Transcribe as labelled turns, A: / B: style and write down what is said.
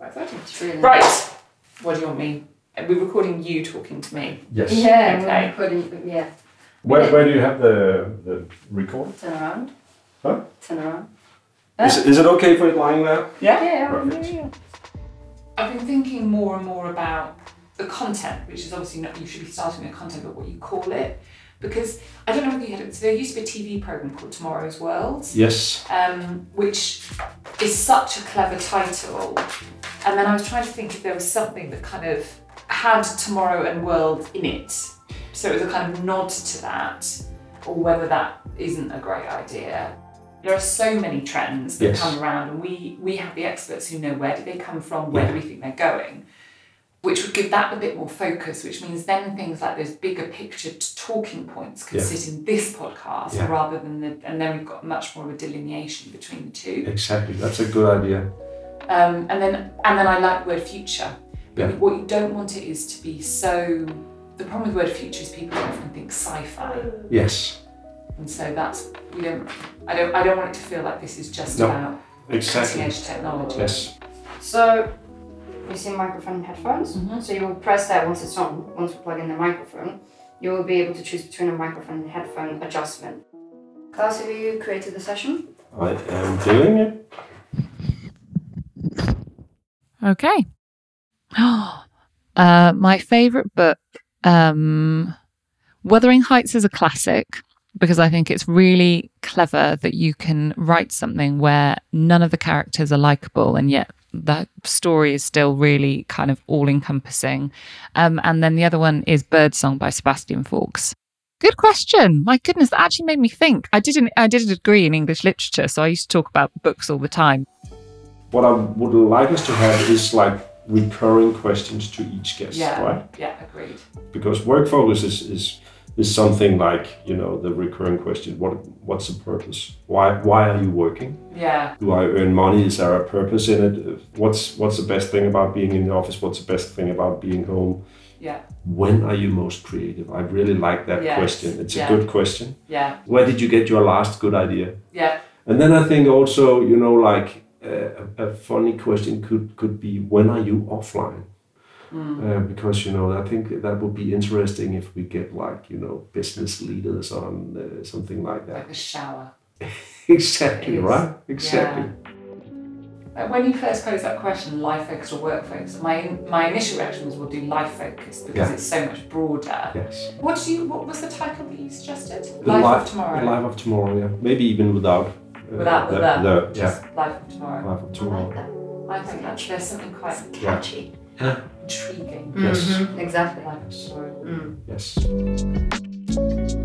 A: It's really
B: Right. What do you want me? We're recording you talking to me.
C: Yes.
A: Yeah,
B: Okay.
A: we're recording. Yeah,
C: Where, where do you have the the record?
A: turn around.
C: Huh?
A: Turn around.
D: Is, is it okay for it lying there?
A: Yeah.
C: Perfect.
A: yeah, yeah.
B: I've been thinking more and more about the content, which is obviously not you should be starting with content, but what you call it. Because I don't know whether you had it. So there used to be a TV program called Tomorrow's World,
D: Yes.
B: um, which is such a clever title. And then I was trying to think if there was something that kind of had tomorrow and world in it. So it was a kind of nod to that, or whether that isn't a great idea. There are so many trends that
D: Yes.
B: come around, and we we have the experts who know where do they come from, where do we think they're going, which would give that a bit more focus. Which means then things like those bigger picture t- talking points can
D: Yeah.
B: sit in this podcast
D: Yeah.
B: rather than the, and then we've got much more of a delineation between the two.
D: Exactly. That's a good idea.
B: Um, and then and then I like the word future. But
D: Yeah.
B: What you don't want it is to be so. The problem with the word future is people often think sci-fi,
D: Yes.
B: and so that's we don't. I don't. I don't want it to feel like this is just
D: No,
B: about cutting edge technology.
D: Yes.
A: So you see microphone and headphones.
C: Mm-hmm.
B: Mhm.
A: So you will press that once it's on. Once you plug in the microphone, you will be able to choose between a microphone and headphone adjustment. Klaus, have you created the session?
D: I am doing it.
E: Okay. Oh, uh, my favorite book, um, Wuthering Heights, is a classic because I think it's really clever that you can write something where none of the characters are likable and yet the story is still really kind of all encompassing. Um, and then the other one is Birdsong by Sebastian Fawkes. Good question. My goodness, that actually made me think. I didn't. I did a degree in English literature, so I used to talk about books all the time.
D: What I would like us to have is like recurring questions to each guest,
B: Yeah.
D: right?
B: Yeah. Agreed.
D: Because work focus is, is is something like you know the recurring question: what what's the purpose? Why why are you working?
B: Yeah.
D: Do I earn money? Is there a purpose in it? What's what's the best thing about being in the office? What's the best thing about being home?
B: Yeah.
D: When are you most creative? I really like that
B: Yes.
D: question. It's
B: Yeah.
D: a good question.
B: Yeah.
D: Where did you get your last good idea?
B: Yeah.
D: And then I think also, you know, like uh, a a funny question could could be when are you offline?
B: Hmm.
D: Uh, because you know, I think that would be interesting if we get like you know business leaders on uh, something like that.
B: Like a shower.
D: Exactly
B: Yes.
D: right. Exactly.
B: Like when you first posed that question, life focused or work focused, my my initial reaction was we'll do life focused because
D: Yeah.
B: it's so much broader.
D: Yes.
B: What do you? What was the title that you suggested?
D: The
B: life, of tomorrow.
D: The life of tomorrow. Yeah. Maybe even without. uh,
B: Without the, the,
D: yeah.
B: just life of tomorrow.
D: Life of tomorrow.
B: I think that's there's something quite
A: Catchy. Mm-hmm.
B: intriguing.
D: Yes.
A: Exactly. Mm.
B: Life of tomorrow.
D: Yes.
B: Yes.